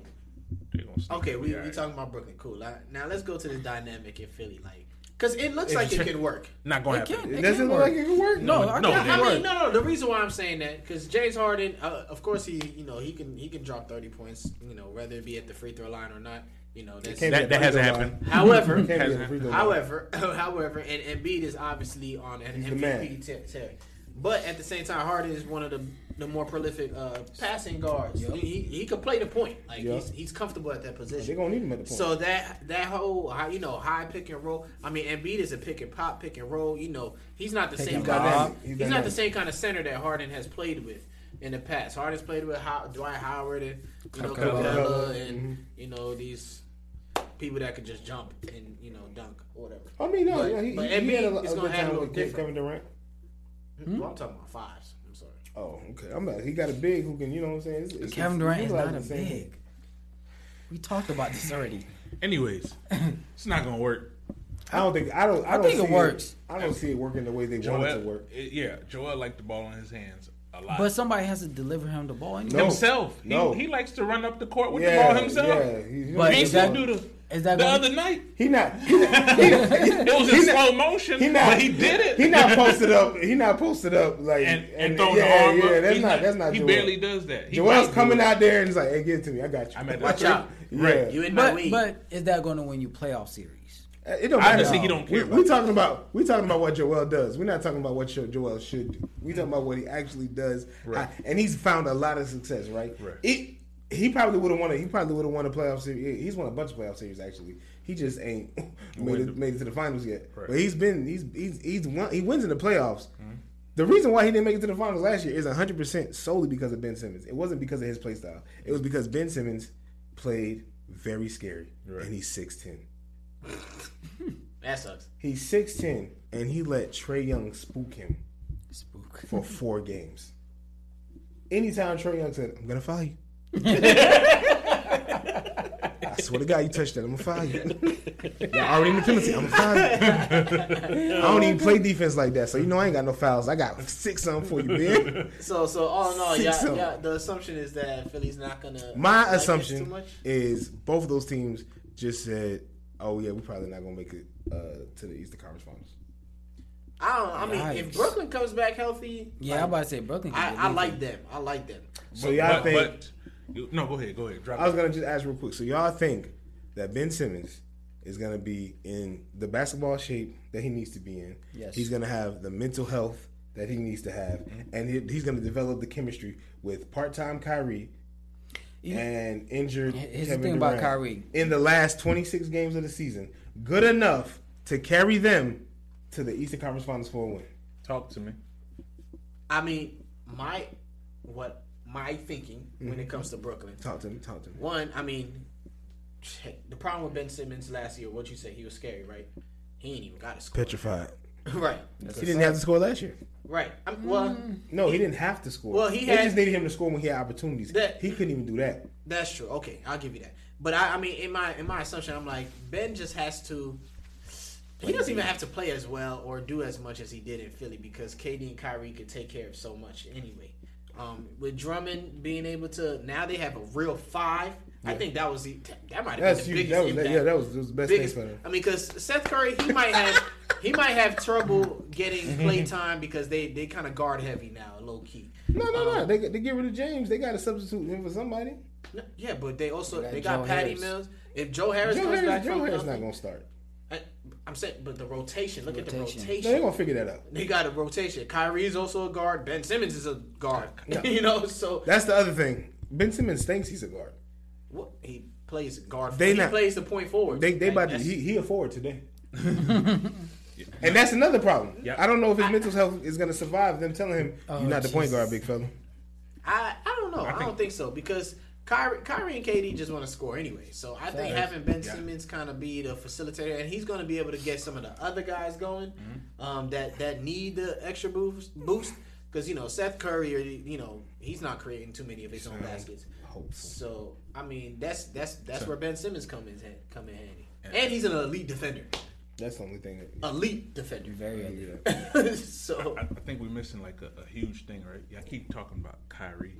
they gonna sneak
okay,
up.
we
All
we
right.
talking about Brooklyn, cool. I, now let's go to the dynamic in Philly, like, cause it looks
If
like it
Dra-
could work.
Not gonna
It
happen.
can.
It,
It
doesn't
can
look
work.
like it can work.
No, I
no,
can't-
they
I mean,
work.
no, no. The reason why I'm saying that because James Harden, uh, of course, he you know he can he can drop 30 points, you know, whether it be at the free throw line or not. You know,
Can't
that's
be
That-
at
that
the
hasn't
free throw
happened.
line.
However,
Can't be at the free throw line.
however, however, and Embiid is obviously on an
He's the man.
MVP ter- tear. But at the same time, Harden is one of the the more prolific uh, passing guards.
Yep.
He, he can play the point. Like
Yep.
he's, he's comfortable at that
they're
position.
gonna need him at the point.
So that that whole high, you know high pick and roll. I mean, Embiid is a pick and pop, pick and roll. You know, he's not the
Pick
same
and
kind. Of,
pop.
he's,
He's
not
dynamic.
the same kind of center that Harden has played with in the past. Harden's played with How, Dwight Howard and you know
Capella.
Capella and
Mm-hmm.
you know these people that can just jump and you know dunk or whatever.
I mean, no,
But-
yeah, he,
but
he, he had a,
Embiid is
a
gonna
good
have a
time
little
with Ke-
different.
Kevin Durant.
Well, I'm talking about fives. I'm sorry.
Oh, okay. I'm not. He got a big who can, you know what I'm saying? It's- it's-
Kevin
it's
Durant is
utilizing
not a
the same thing.
big. We talked about this already.
Anyways, it's not gonna work.
I don't think. I don't. I,
I
don't
think it
see
works.
I don't see it working the way they want it to
Joel,
work.
it- yeah, Joel liked the ball in his hands a lot.
But somebody has to deliver him the ball. Anyway.
No.
himself, he,
No.
he likes to run up the court with
Yeah,
the ball himself.
Yeah, he, he,
But
He
is
used
he's
that-
to do the,
is that
the
gonna-
other night.
he not. He not. He not, he
It was in
he
slow
not
motion,
he not-
but he did it.
he not posted up. He not posted up like
and, and throwing
yeah,
the arm
yeah,
up.
that's
He's
not, That's not.
He
Joel.
barely does that. He
Joel's
might
coming
do it.
out there and he's like, "Hey, give it to me. I got you.
I'm at that
Watch out.
Yeah.
Right.
You in my
But
league?
but is that going to win you playoff series?
It don't matter.
Obviously, he don't care
We,
about
we
that.
talking about we talking about what Joel does. We're not talking about what Jo- Joel should do. We talking about what he actually does.
Right.
I- and he's found a lot of success. Right.
Right.
It, he probably would have won. A, he probably would have won a playoff series. He's won a bunch of playoff series actually. He just ain't made it, made it to the finals yet.
Right. Mm-hmm.
But he's been he's he's he's won, he wins in the playoffs. The reason why he didn't make it to the finals last year is 100% solely because of Ben Simmons. It wasn't because of his play style. It was because Ben Simmons played very scary,
Right.
and he's six ten.
that sucks.
He's six ten, and he let Trey Young spook him
Spook.
for four games. Anytime Trey Young said, "I'm gonna fire you," I swear to God, you touched that, I'm gonna fire you. You're already in the penalty. I'm gonna fire you. I don't even play defense like that, so you know I ain't got no fouls. I got six on for you, man.
So so all in all,
Six
yeah,
of 'em.
yeah. The assumption is that Philly's not gonna.
My
like this
assumption
Too much.
is both of those teams just said, "Oh yeah, we're probably not gonna make it uh, to the Eastern Conference Finals."
I don't. I mean, if
Yikes.
Brooklyn comes back healthy,
Yeah, I'm about to say Brooklyn. can
I,
get
I
it.
like them. I like them.
So y'all
but,
think?
but- you- no, go ahead, go ahead. Drop
I
it.
was gonna just ask real quick. So y'all think that Ben Simmons is gonna be in the basketball shape that he needs to be in?
Yes. Mm-hmm.
He's gonna have the mental health that he needs to have, and he, he's gonna develop the chemistry with part-time Kyrie
You-
and injured.
Here's the
Kevin
thing about
Durant
Kyrie.
in the last 26 games of the season, good enough to carry them to the Eastern Conference Finals for a win.
Talk to me.
I mean, my what my thinking when
Mm-hmm.
it comes to Brooklyn.
Talk to me. Talk to me.
One, I mean, the problem with Ben Simmons last year. What you say? He was scary, right? He ain't even got a score.
Petrified.
right,
He didn't have to score last year.
right. I'm, well,
Mm-hmm.
No, he didn't have to score.
Well, he
they
had-
just needed him to score when he had opportunities.
That-
he couldn't even do that.
That's true. Okay, I'll give you that. But I, I mean, in my in my assumption, I'm like Ben just has to. He doesn't even have to play as well or do as much as he did in Philly because KD and Kyrie could take care of so much anyway. Um, with Drummond being able to now they have a real five. I think that was the that might have
That's
been the
huge.
biggest
That was,
impact.
yeah, that was, that was the best
biggest.
thing for them.
I mean, because Seth Curry he might have he might have trouble getting play time because they they kind of guard heavy now, low key.
No, no,
Uh-huh.
no. They, they get rid of James. They got to substitute him for somebody.
No, Yeah, but they also
got
they got
Joe
Patty
Harris.
Mills. If Joe Harris
Joe
comes
Harris,
back
Joe
from
Harris not
nothing-
going to start.
I, I'm saying, but the rotation. Look at the
Rotation.
No, they're
rotation.
going to figure that out.
They got a rotation. Kyrie is also a guard. Ben Simmons is a guard. you know, so
That's the other thing. Ben Simmons thinks he's a guard.
What he plays guard.
They
he
not-
plays the point forward.
They they about
Like,
to,
that's-
he he a forward today. And that's another problem.
Yep.
I don't know if his mental health is going to survive them telling him you're not the point guard, big fella.
I, I don't know. I, don't think so because Kyrie, Kyrie and KD just want to score anyway. So I think having Ben
Yeah.
Simmons kind of be the facilitator, and he's going to be able to get some of the other guys going um, that that need the extra boost boost because you know Seth Curry or you know he's not creating too many of his own baskets. So I mean that's that's that's where Ben Simmons come in hand- come in handy, and he's an elite defender,
That's the only thing. That,
elite defender.
Very elite.
so
I, I think we're missing like a, a huge thing, right? Yeah, I keep talking about Kyrie.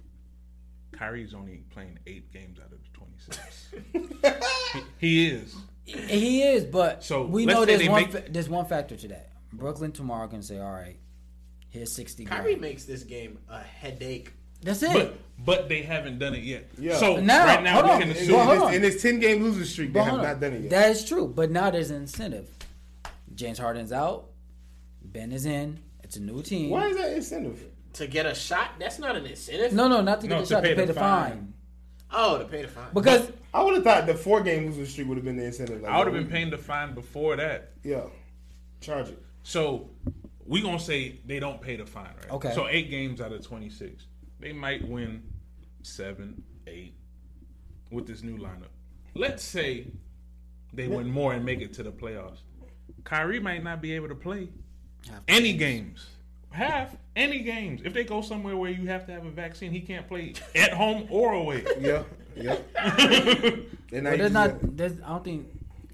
Kyrie's only playing eight games out of the twenty-six. he, he is.
He is, but
So,
we
let's
know
say
there's
they
one
make-
fa- there's one factor to that. Brooklyn tomorrow can say, "All right, here's sixty."
Kyrie
Grand.
makes this game a headache.
That's it.
But but they haven't done it yet.
Yeah.
So
Now,
right now
hold
we
on.
can
in,
assume
Well, hold
this,
on.
in this ten game losing streak, they
But
have
hold on.
not done it yet.
That is true, but now there's an incentive. James Harden's out. Ben is in. It's a new team.
Why is that incentive?
To get a shot, that's not an incentive.
No, no, not to get
No,
the shot to pay the fine.
Oh, to pay the fine.
Because
I would have thought the four game losing streak would have been the incentive. Like,
I would have
well,
been paying the fine before that.
we- Yeah, charge it.
So we gonna say they don't pay the fine, right?
Okay.
So eight games out of twenty-six, they might win seven, eight with this new lineup. Let's say they win more and make it to the playoffs. Kyrie might not be able to play any games. Half any games. If they go somewhere where you have to have a vaccine, he can't play at home or away.
Yeah, yeah. And now
but
you
there's
just
not.
got-
There's, I don't think.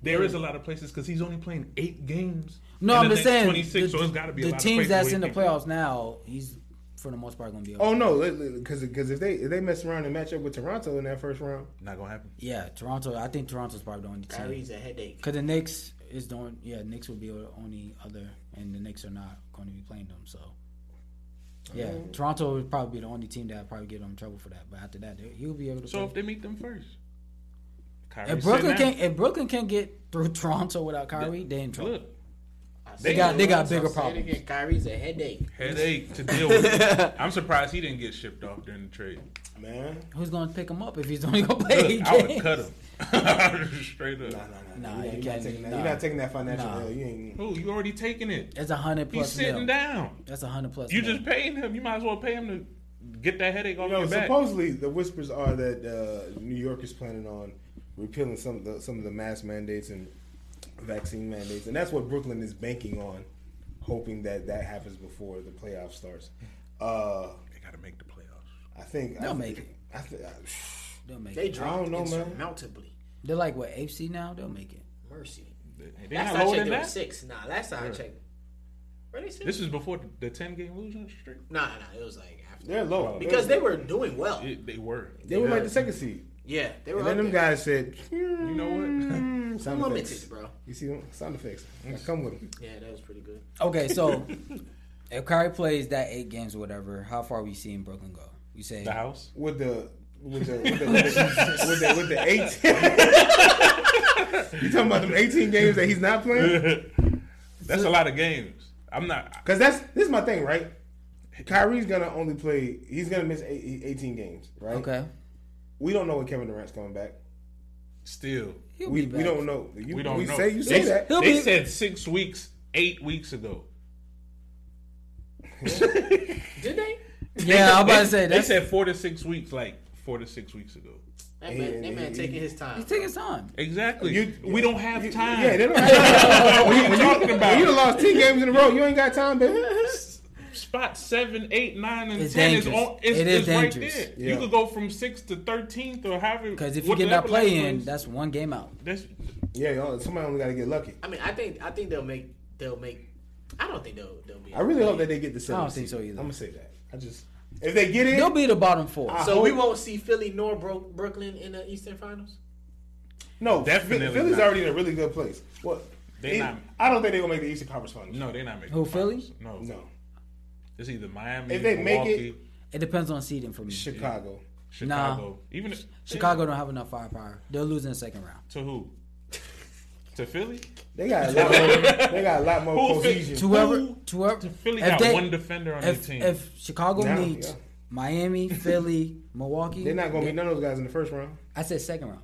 There is a lot of places because he's only playing eight games.
No,
in
I'm
the
just
next
saying.
26,
the
so it's got to be a
the
lot of
teams
places
that's
where
in the
he can't
playoffs now. He's for the most part gonna be.
Oh no, because because if they if they mess around and match up with Toronto in that first round,
play. Not gonna happen.
Yeah, Toronto. I think Toronto's probably the only team.
Kyrie's a headache.
Because the Knicks is doing, yeah, Knicks would be the only other, and the Knicks are not going to be playing them.
Oh.
So, yeah, Toronto would probably be the only team that would probably get them in trouble for that. But after that, they- he'll be able to.
So if
play.
they meet them first, Kyrie
If,
said
Brooklyn
now,
can, if Brooklyn can get through Toronto without Kyrie, they in trouble.
look
They got, they got bigger
Say it
problems.
again. Kyrie's a headache.
headache to deal with. I'm surprised he didn't get shipped off during the trade.
man,
Who's going to pick him up if he's only going to play?
Look,
eight
I would
games?
cut him straight up.
nah, nah,
Nah,
nah, nah. You're,
you can't-
not, you're, not taking that,
nah.
you're not taking that financial.
Nah.
L. You ain't.
Oh, you already taking it.
That's a hundred
He's
plus
sitting
mil.
down.
That's a hundred plus.
You
mil.
just paying him. You might as well pay him to get that headache off
You know,
your back.
supposedly the whispers are that uh, New York is planning on repealing some of the, some of the mask mandates and vaccine mandates, and that's what Brooklyn is banking on, hoping that that happens before the playoff starts. Uh,
they gotta make the playoffs.
I think uh,
They'll
I,
make it.
I, thi- I,
they'll make
They
it.
don't
dropped
know, man.
insurmountably.
They're like what AFC now. They'll make it.
Mercy.
They, are
Last
not
I checked,
holding
they were
that.
six. Nah, last time I checked, were they six?
This is before the- the ten game losing streak.
nah, nah, it was like after
they're low
because they were doing well.
It- they were.
they were like the second seed,
Yeah, they were.
and then
up
them
there.
guys said,
You know what?
Mm,
sound effects.
limited, bro.
You see them sound effects. Come with them.
Yeah, that was pretty good.
Okay, so if Kyrie plays that eight games or whatever, how far we seeing Brooklyn go? You say
the house.
with the with the with the with the, with the, with the eighteen. you talking about them eighteen games that he's not playing?
That's a lot of games. I'm not.
Because that's this is my thing, right? Kyrie's gonna only play. He's gonna miss eight, eighteen games, right?
okay,
We don't know when Kevin Durant's coming back.
Still,
he'll
We,
be back.
we don't know. You,
we don't
we
know.
Say you say
they,
that.
He'll
they
be-
said six weeks, eight weeks ago.
Did they?
Yeah, I'm about to say
They
that's
said four to six weeks, like four to six weeks ago.
That man,
Yeah,
that man
yeah,
taking his time.
take his time.
Exactly.
You-
we don't have time.
Yeah, they don't. Have
what are you talking
you done
about?
lost ten games in a row. You ain't got time, baby.
Spot seven, eight, nine, and
It's
ten is
dangerous.
on. It's,
It is
it's right
dangerous.
there.
Yeah.
You could go from six to thirteenth or however.
Because if you
what
get
the
that
Appalachian
play in,
is.
that's one game out.
that's
Yeah, y'all, somebody only got to get lucky.
I mean, I think I think they'll make they'll make. I don't think they'll they'll be.
I really hope that they get the seven.
don't think so either.
I'm gonna say that. I just if they get in,
They'll be the bottom four.
I-
So we
hope-
won't see Philly nor Bro- Brooklyn in the Eastern Finals.
No,
Definitely
definitely. Philly's
not.
already in a really good place. What?
They
it-
not.
I don't think they're gonna make the Eastern Conference Finals.
no, they're not making.
Who,
the finals.
Philly?
No,
no,
It's either Miami,
If they make
Milwaukee,
it-
it depends on seeding for me.
Chicago.
Chicago. Even if,
Chicago don't have enough firepower. They'll lose in the second round.
to who? to Philly?
They got a lot. More, they got a lot more
Who's
cohesion.
fit-
To whoever,
Who-
to whoever,
Philly
if
got
they-
one defender on
If,
the team.
if Chicago
Now,
meets
yeah.
Miami, Philly, Milwaukee,
They're not gonna
they-
be none of those guys in the first round.
I said second round.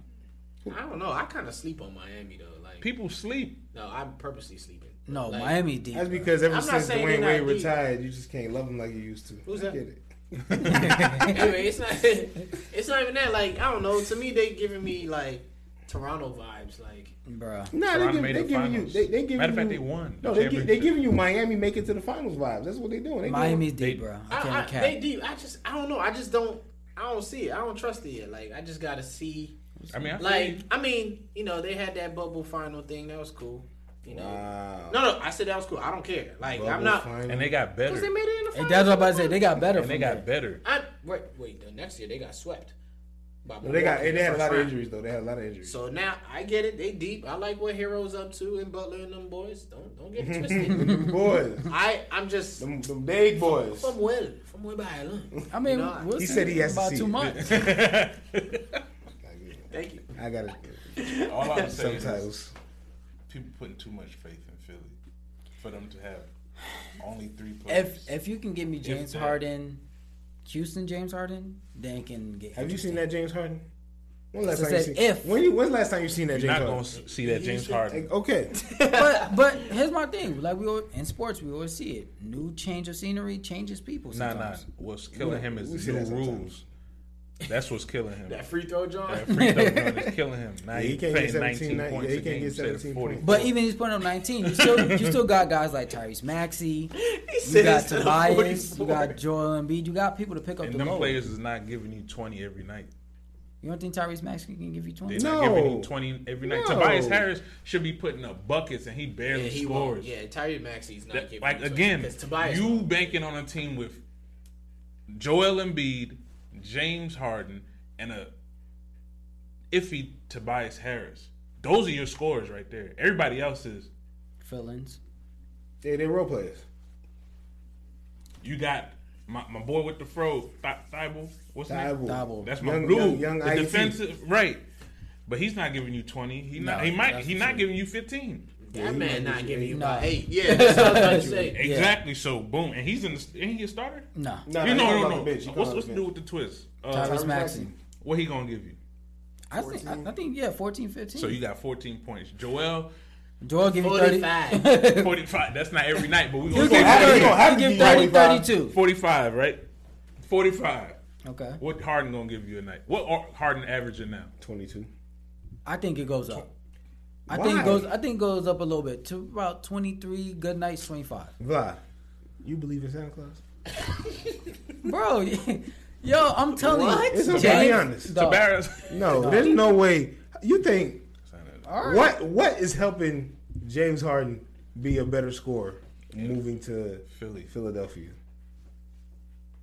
I don't know. I kind of sleep on Miami though. Like
People sleep.
no, I'm purposely sleeping.
No,
Like,
Miami deep.
That's because ever
I'm not
since
saying
Dwayne
they're
Wade
not deep.
retired, you just can't love him like you used to.
Who's
I
that?
Get it.
anyway, it's not. It's not even that. Like I don't know. To me, they giving me like Toronto vibes. Like
Bruh.
Nah,
Toronto
they, give,
made
they
the
giving you.
finals.
They, they giving
Matter of fact,
you-
they won the
No, they, gi- they
championship.
giving you Miami make it to the finals vibes. That's what they doing. They doing-
Miami's deep,
They-
bro. I
I,
can't
I,
cap.
they deep. I just I don't know. I just don't. I don't see it. I don't trust it yet. Like I just gotta see.
I mean, I
Like
feel
I mean, you know, they had that bubble final thing. That was cool. You know.
Wow.
No, no. I said that was cool. I don't care. Like I'm
Bubble
not.
you.
final.
and they got better.
Cause they made it in the
Hey,
finals.
that's what I'm about to say. They got better.
And they
from
got
got
better.
I wait, wait. The next year they got swept. By
Well, they got.
Milwaukee
and
in the
They had a
first
lot of
round.
injuries though. They had a lot of injuries.
So now I get it. They deep. I like what Hero's up to and Butler and them boys. Don't don't get it twisted.
boys,
I I'm just
them, them big boys.
from well from well by Island.
I mean,
You know,
we'll
He
see
said he has to
about
see
two
it.
months.
Thank you.
I got it.
All I'm saying is
Subtitles.
people putting too much faith in Philly for them to have only three players.
if if you can give me James
that.
Harden, Houston James Harden, then it can get.
Have you seen that James Harden? When last
It
time you
said
seen?
if.
When you? When's the last time you seen that
You're
James
not gonna
Harden?
s- see that James
Like,
Harden.
okay.
but but here's my thing. Like we al- in sports, we always see it. New change of scenery changes people.
Nah,
Sometimes.
nah. What's killing him
we
is
see
new
that sometimes.
rules. That's what's killing him.
That free throw, John.
That free throw gun is killing him. Now
he
he's
can't
playing
get
19
17, yeah,
points
he
a
can't
game
get
instead of
17
40.
points.
But even he's putting up 19. You still you still got guys like Tyrese Maxey. You
said
got
instead of
Tobias. You
44.
got Joel Embiid. You got people to pick up
and
the
them
load.
players is not giving you 20 every night.
You don't think Tyrese Maxey can give you 20?
They're not
No.
giving you 20 every night.
No.
Tobias Harris should be putting up buckets and he barely
Yeah, he
scores.
won't. Yeah, Tyree Maxey's not
That-
giving
like
it to him
again,
because Tobias
you
won't.
banking on a team with Joel Embiid, James Harden, and a iffy Tobias Harris. Those are your scores right there. Everybody else is
Fill-ins.
Yeah, they're role players.
you got my, my boy with the fro, Th- Thibault. What's his name?
Thibault.
Thibault.
That's my
Young-
dude.
young- young
the
IT.
defensive right. But he's not giving you twenty. He not.
No,
he might.
that's
He
for
not
sure.
giving you fifteen.
That man not giving you
Nah.
about eight. Yeah, that's what I was about to say.
Exactly. So boom, and he's in. The, ain't he a starter?
No.
No,
you
he
know,
comes
no,
off
no.
the bench. He comes
What's
off
what's
the
to do
bench.
with the twist? Uh,
Tyrese Maxey.
what he gonna give you?
I think I, I think yeah, 14, 15.
So you got fourteen points. Joel,
Joel give you 30.
45.
forty-five. That's not every night, but we
He'll
gonna
give you
say
have to-
30.
you gonna have to
He'll give
give
30,
45.
32.
forty-five, right? Forty-five.
Okay.
What Harden gonna give you a night? What are Harden averaging now?
22.
I think it goes up. I
Why?
think it goes I think it goes up a little bit to about 23, good nights 25.
Vla, you believe in Santa Claus?
Bro, yo, I'm telling
What?
you.
It's okay,
James-
be honest.
dog,
Barris.
No, there's no way. You think
all right.
what? What is helping James Harden be a better scorer moving to
Philly.
Philadelphia?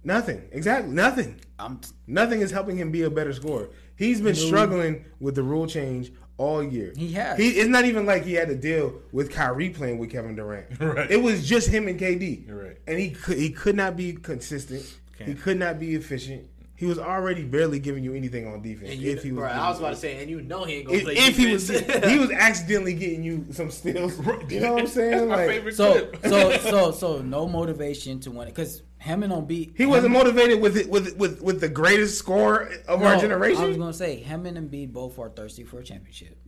Nothing. Exactly. Nothing.
I'm t-
Nothing is helping him be a better scorer. He's been struggling with the rule change all year.
He has.
He, it's not even like he had to deal with Kyrie playing with Kevin Durant.
Right.
It was just him and KD.
You're right.
And he could, he could not be consistent. He
Can't.
could not be efficient. He was already barely giving you anything on defense.
And you,
if he was,
bro,
doing
I was
it.
about to say, and you know he ain't gonna
if,
play.
if he was,
defense.
he was accidentally getting you some steals. You know what I'm
That's
saying?
my
Like
favorite
so
clip.
so so so no motivation to win it cuz Hammond on beat
he wasn't motivated with it, with with with the greatest scorer of our
I was
generation.
gonna say Hammond and Embiid both are thirsty for a championship.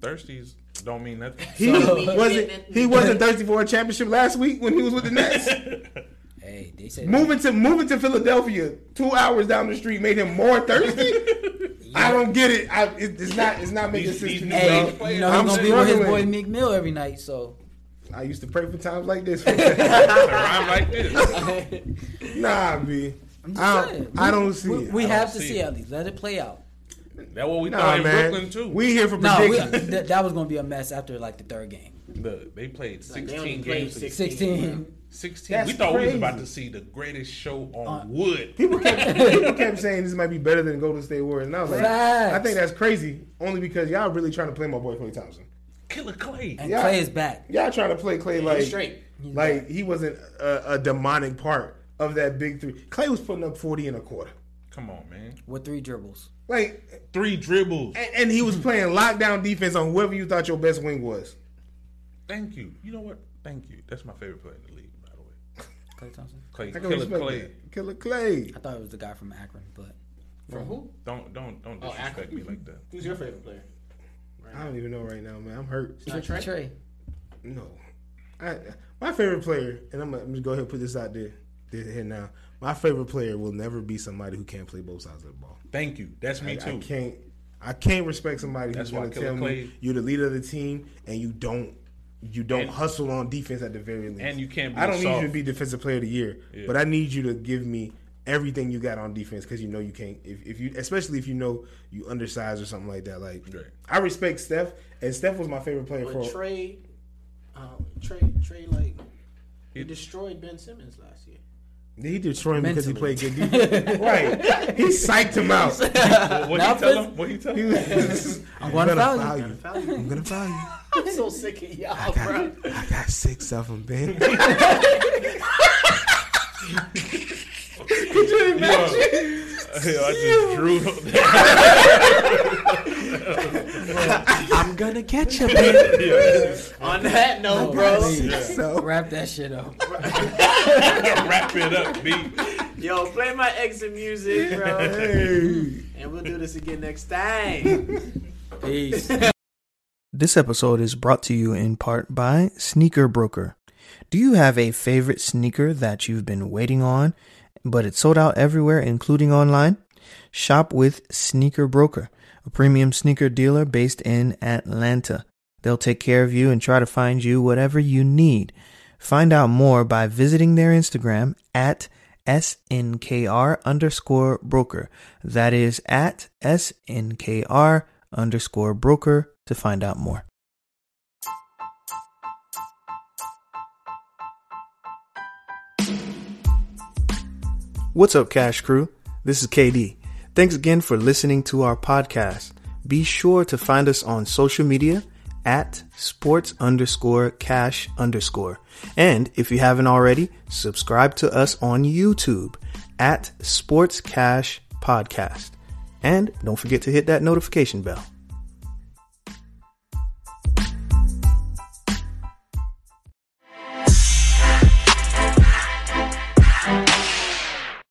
Thirsties don't mean nothing.
He
So-
wasn't. He wasn't thirsty for a championship last week when he was with the Nets.
Hey, they said
moving to moving to Philadelphia, two hours down the street, made him more thirsty. I don't get it. I, it it's not. It's not making
These-
sense
these
to me.
new
Hey,
dog.
players-
you know he's
I'm
gonna be with his boy
struggling.
Meek Mill every night, so
I used to pray for times like this.
It's a rhyme like this.
nah, B.
I'm just
I
saying.
don't, I don't see
we,
it.
We
I
have
don't
to
see
see
it.
at least. Let it play out.
That's what we
don't-
thought
nah,
Oh, in
man.
Brooklyn too.
We here for
No, we,
predictions.
that, that was gonna be a mess after like the third game.
Look, they played
Like, they
16
only played
games.
16.
Sixteen.
16.
That's
we thought we was about
crazy.
to see the greatest show on
Uh,
wood.
people kept people kept saying this might be better than Golden State Warriors, and I was like,
Facts.
I think that's crazy. Only because y'all really trying to play my boy Clay Thompson.
Killer Clay.
And
Yeah.
Clay is back.
Y'all trying to play Clay like
straight.
like he wasn't a, a demonic part of that big three. Clay was putting up forty and a quarter.
Come on, man.
with three dribbles.
Like
Three dribbles.
and, and he was playing lockdown defense on whoever you thought your best wing was.
Thank you. You know what? Thank you. That's my favorite player in the league, by the way.
Clay Thompson.
Clay,
I can
Killer
respect
Clay.
oh, that. Killer Clay.
I thought it was the guy from Akron, but
From who?
Don't don't don't
Oh,
disrespect
Akron.
me like that.
Who's your favorite player? Right
I
now.
don't even know right now, man. I'm hurt.
Not Trey?
Trey.
No. I, my favorite player, and I'm gonna I'm just go ahead and put this out there, there here now. My favorite player will never be somebody who can't play both sides of the ball.
Thank you. That's me
Like, I
too.
can't. I can't respect somebody
That's
who's
why
going to
Killer
tell
Clay-
me you're the leader of the team and you don't you don't
And-
hustle on defense at the very least.
And you can't be
I don't need you
soft.
to be defensive player of the year,
Yeah.
but I need you to give me everything you got on defense because you know you can't. If, if you, especially if you know you undersized or something like that. Like
Right.
I respect Steph, and Steph was my favorite player for.
But Trey, um, Trey, Trey, like he destroyed Ben Simmons last year.
he destroyed him because he
Mentally.
played good defense. right. He psyched him out.
What, what
Now
he tell
Fitz-
him? What he tell
He
him?
was-
I'm gonna foul you.
you.
Foul.
I'm gonna foul you.
I'm so sick of y'all, bro.
God, I got six of them, Ben. Could you imagine?
Yo, I just drew.
I'm gonna catch you, baby.
yeah,
On that note, bro.
So
Wrap that shit up.
wrap it up, B.
Yo, play my exit music, bro.
hey.
And we'll do this again next time.
Peace.
This episode is brought to you in part by Sneaker Broker. Do you have a favorite sneaker that you've been waiting on, but it's sold out everywhere, including online? Shop with Sneaker Broker, a premium sneaker dealer based in Atlanta. They'll take care of you and try to find you whatever you need. Find out more by visiting their Instagram at SNKR underscore broker. That is at SNKR underscore broker to find out more. What's up, Cash Crew? This is KD. Thanks again for listening to our podcast. Be sure to find us on social media at sports underscore cash underscore. And if you haven't already, subscribe to us on YouTube at sports cash podcast. And don't forget to hit that notification bell.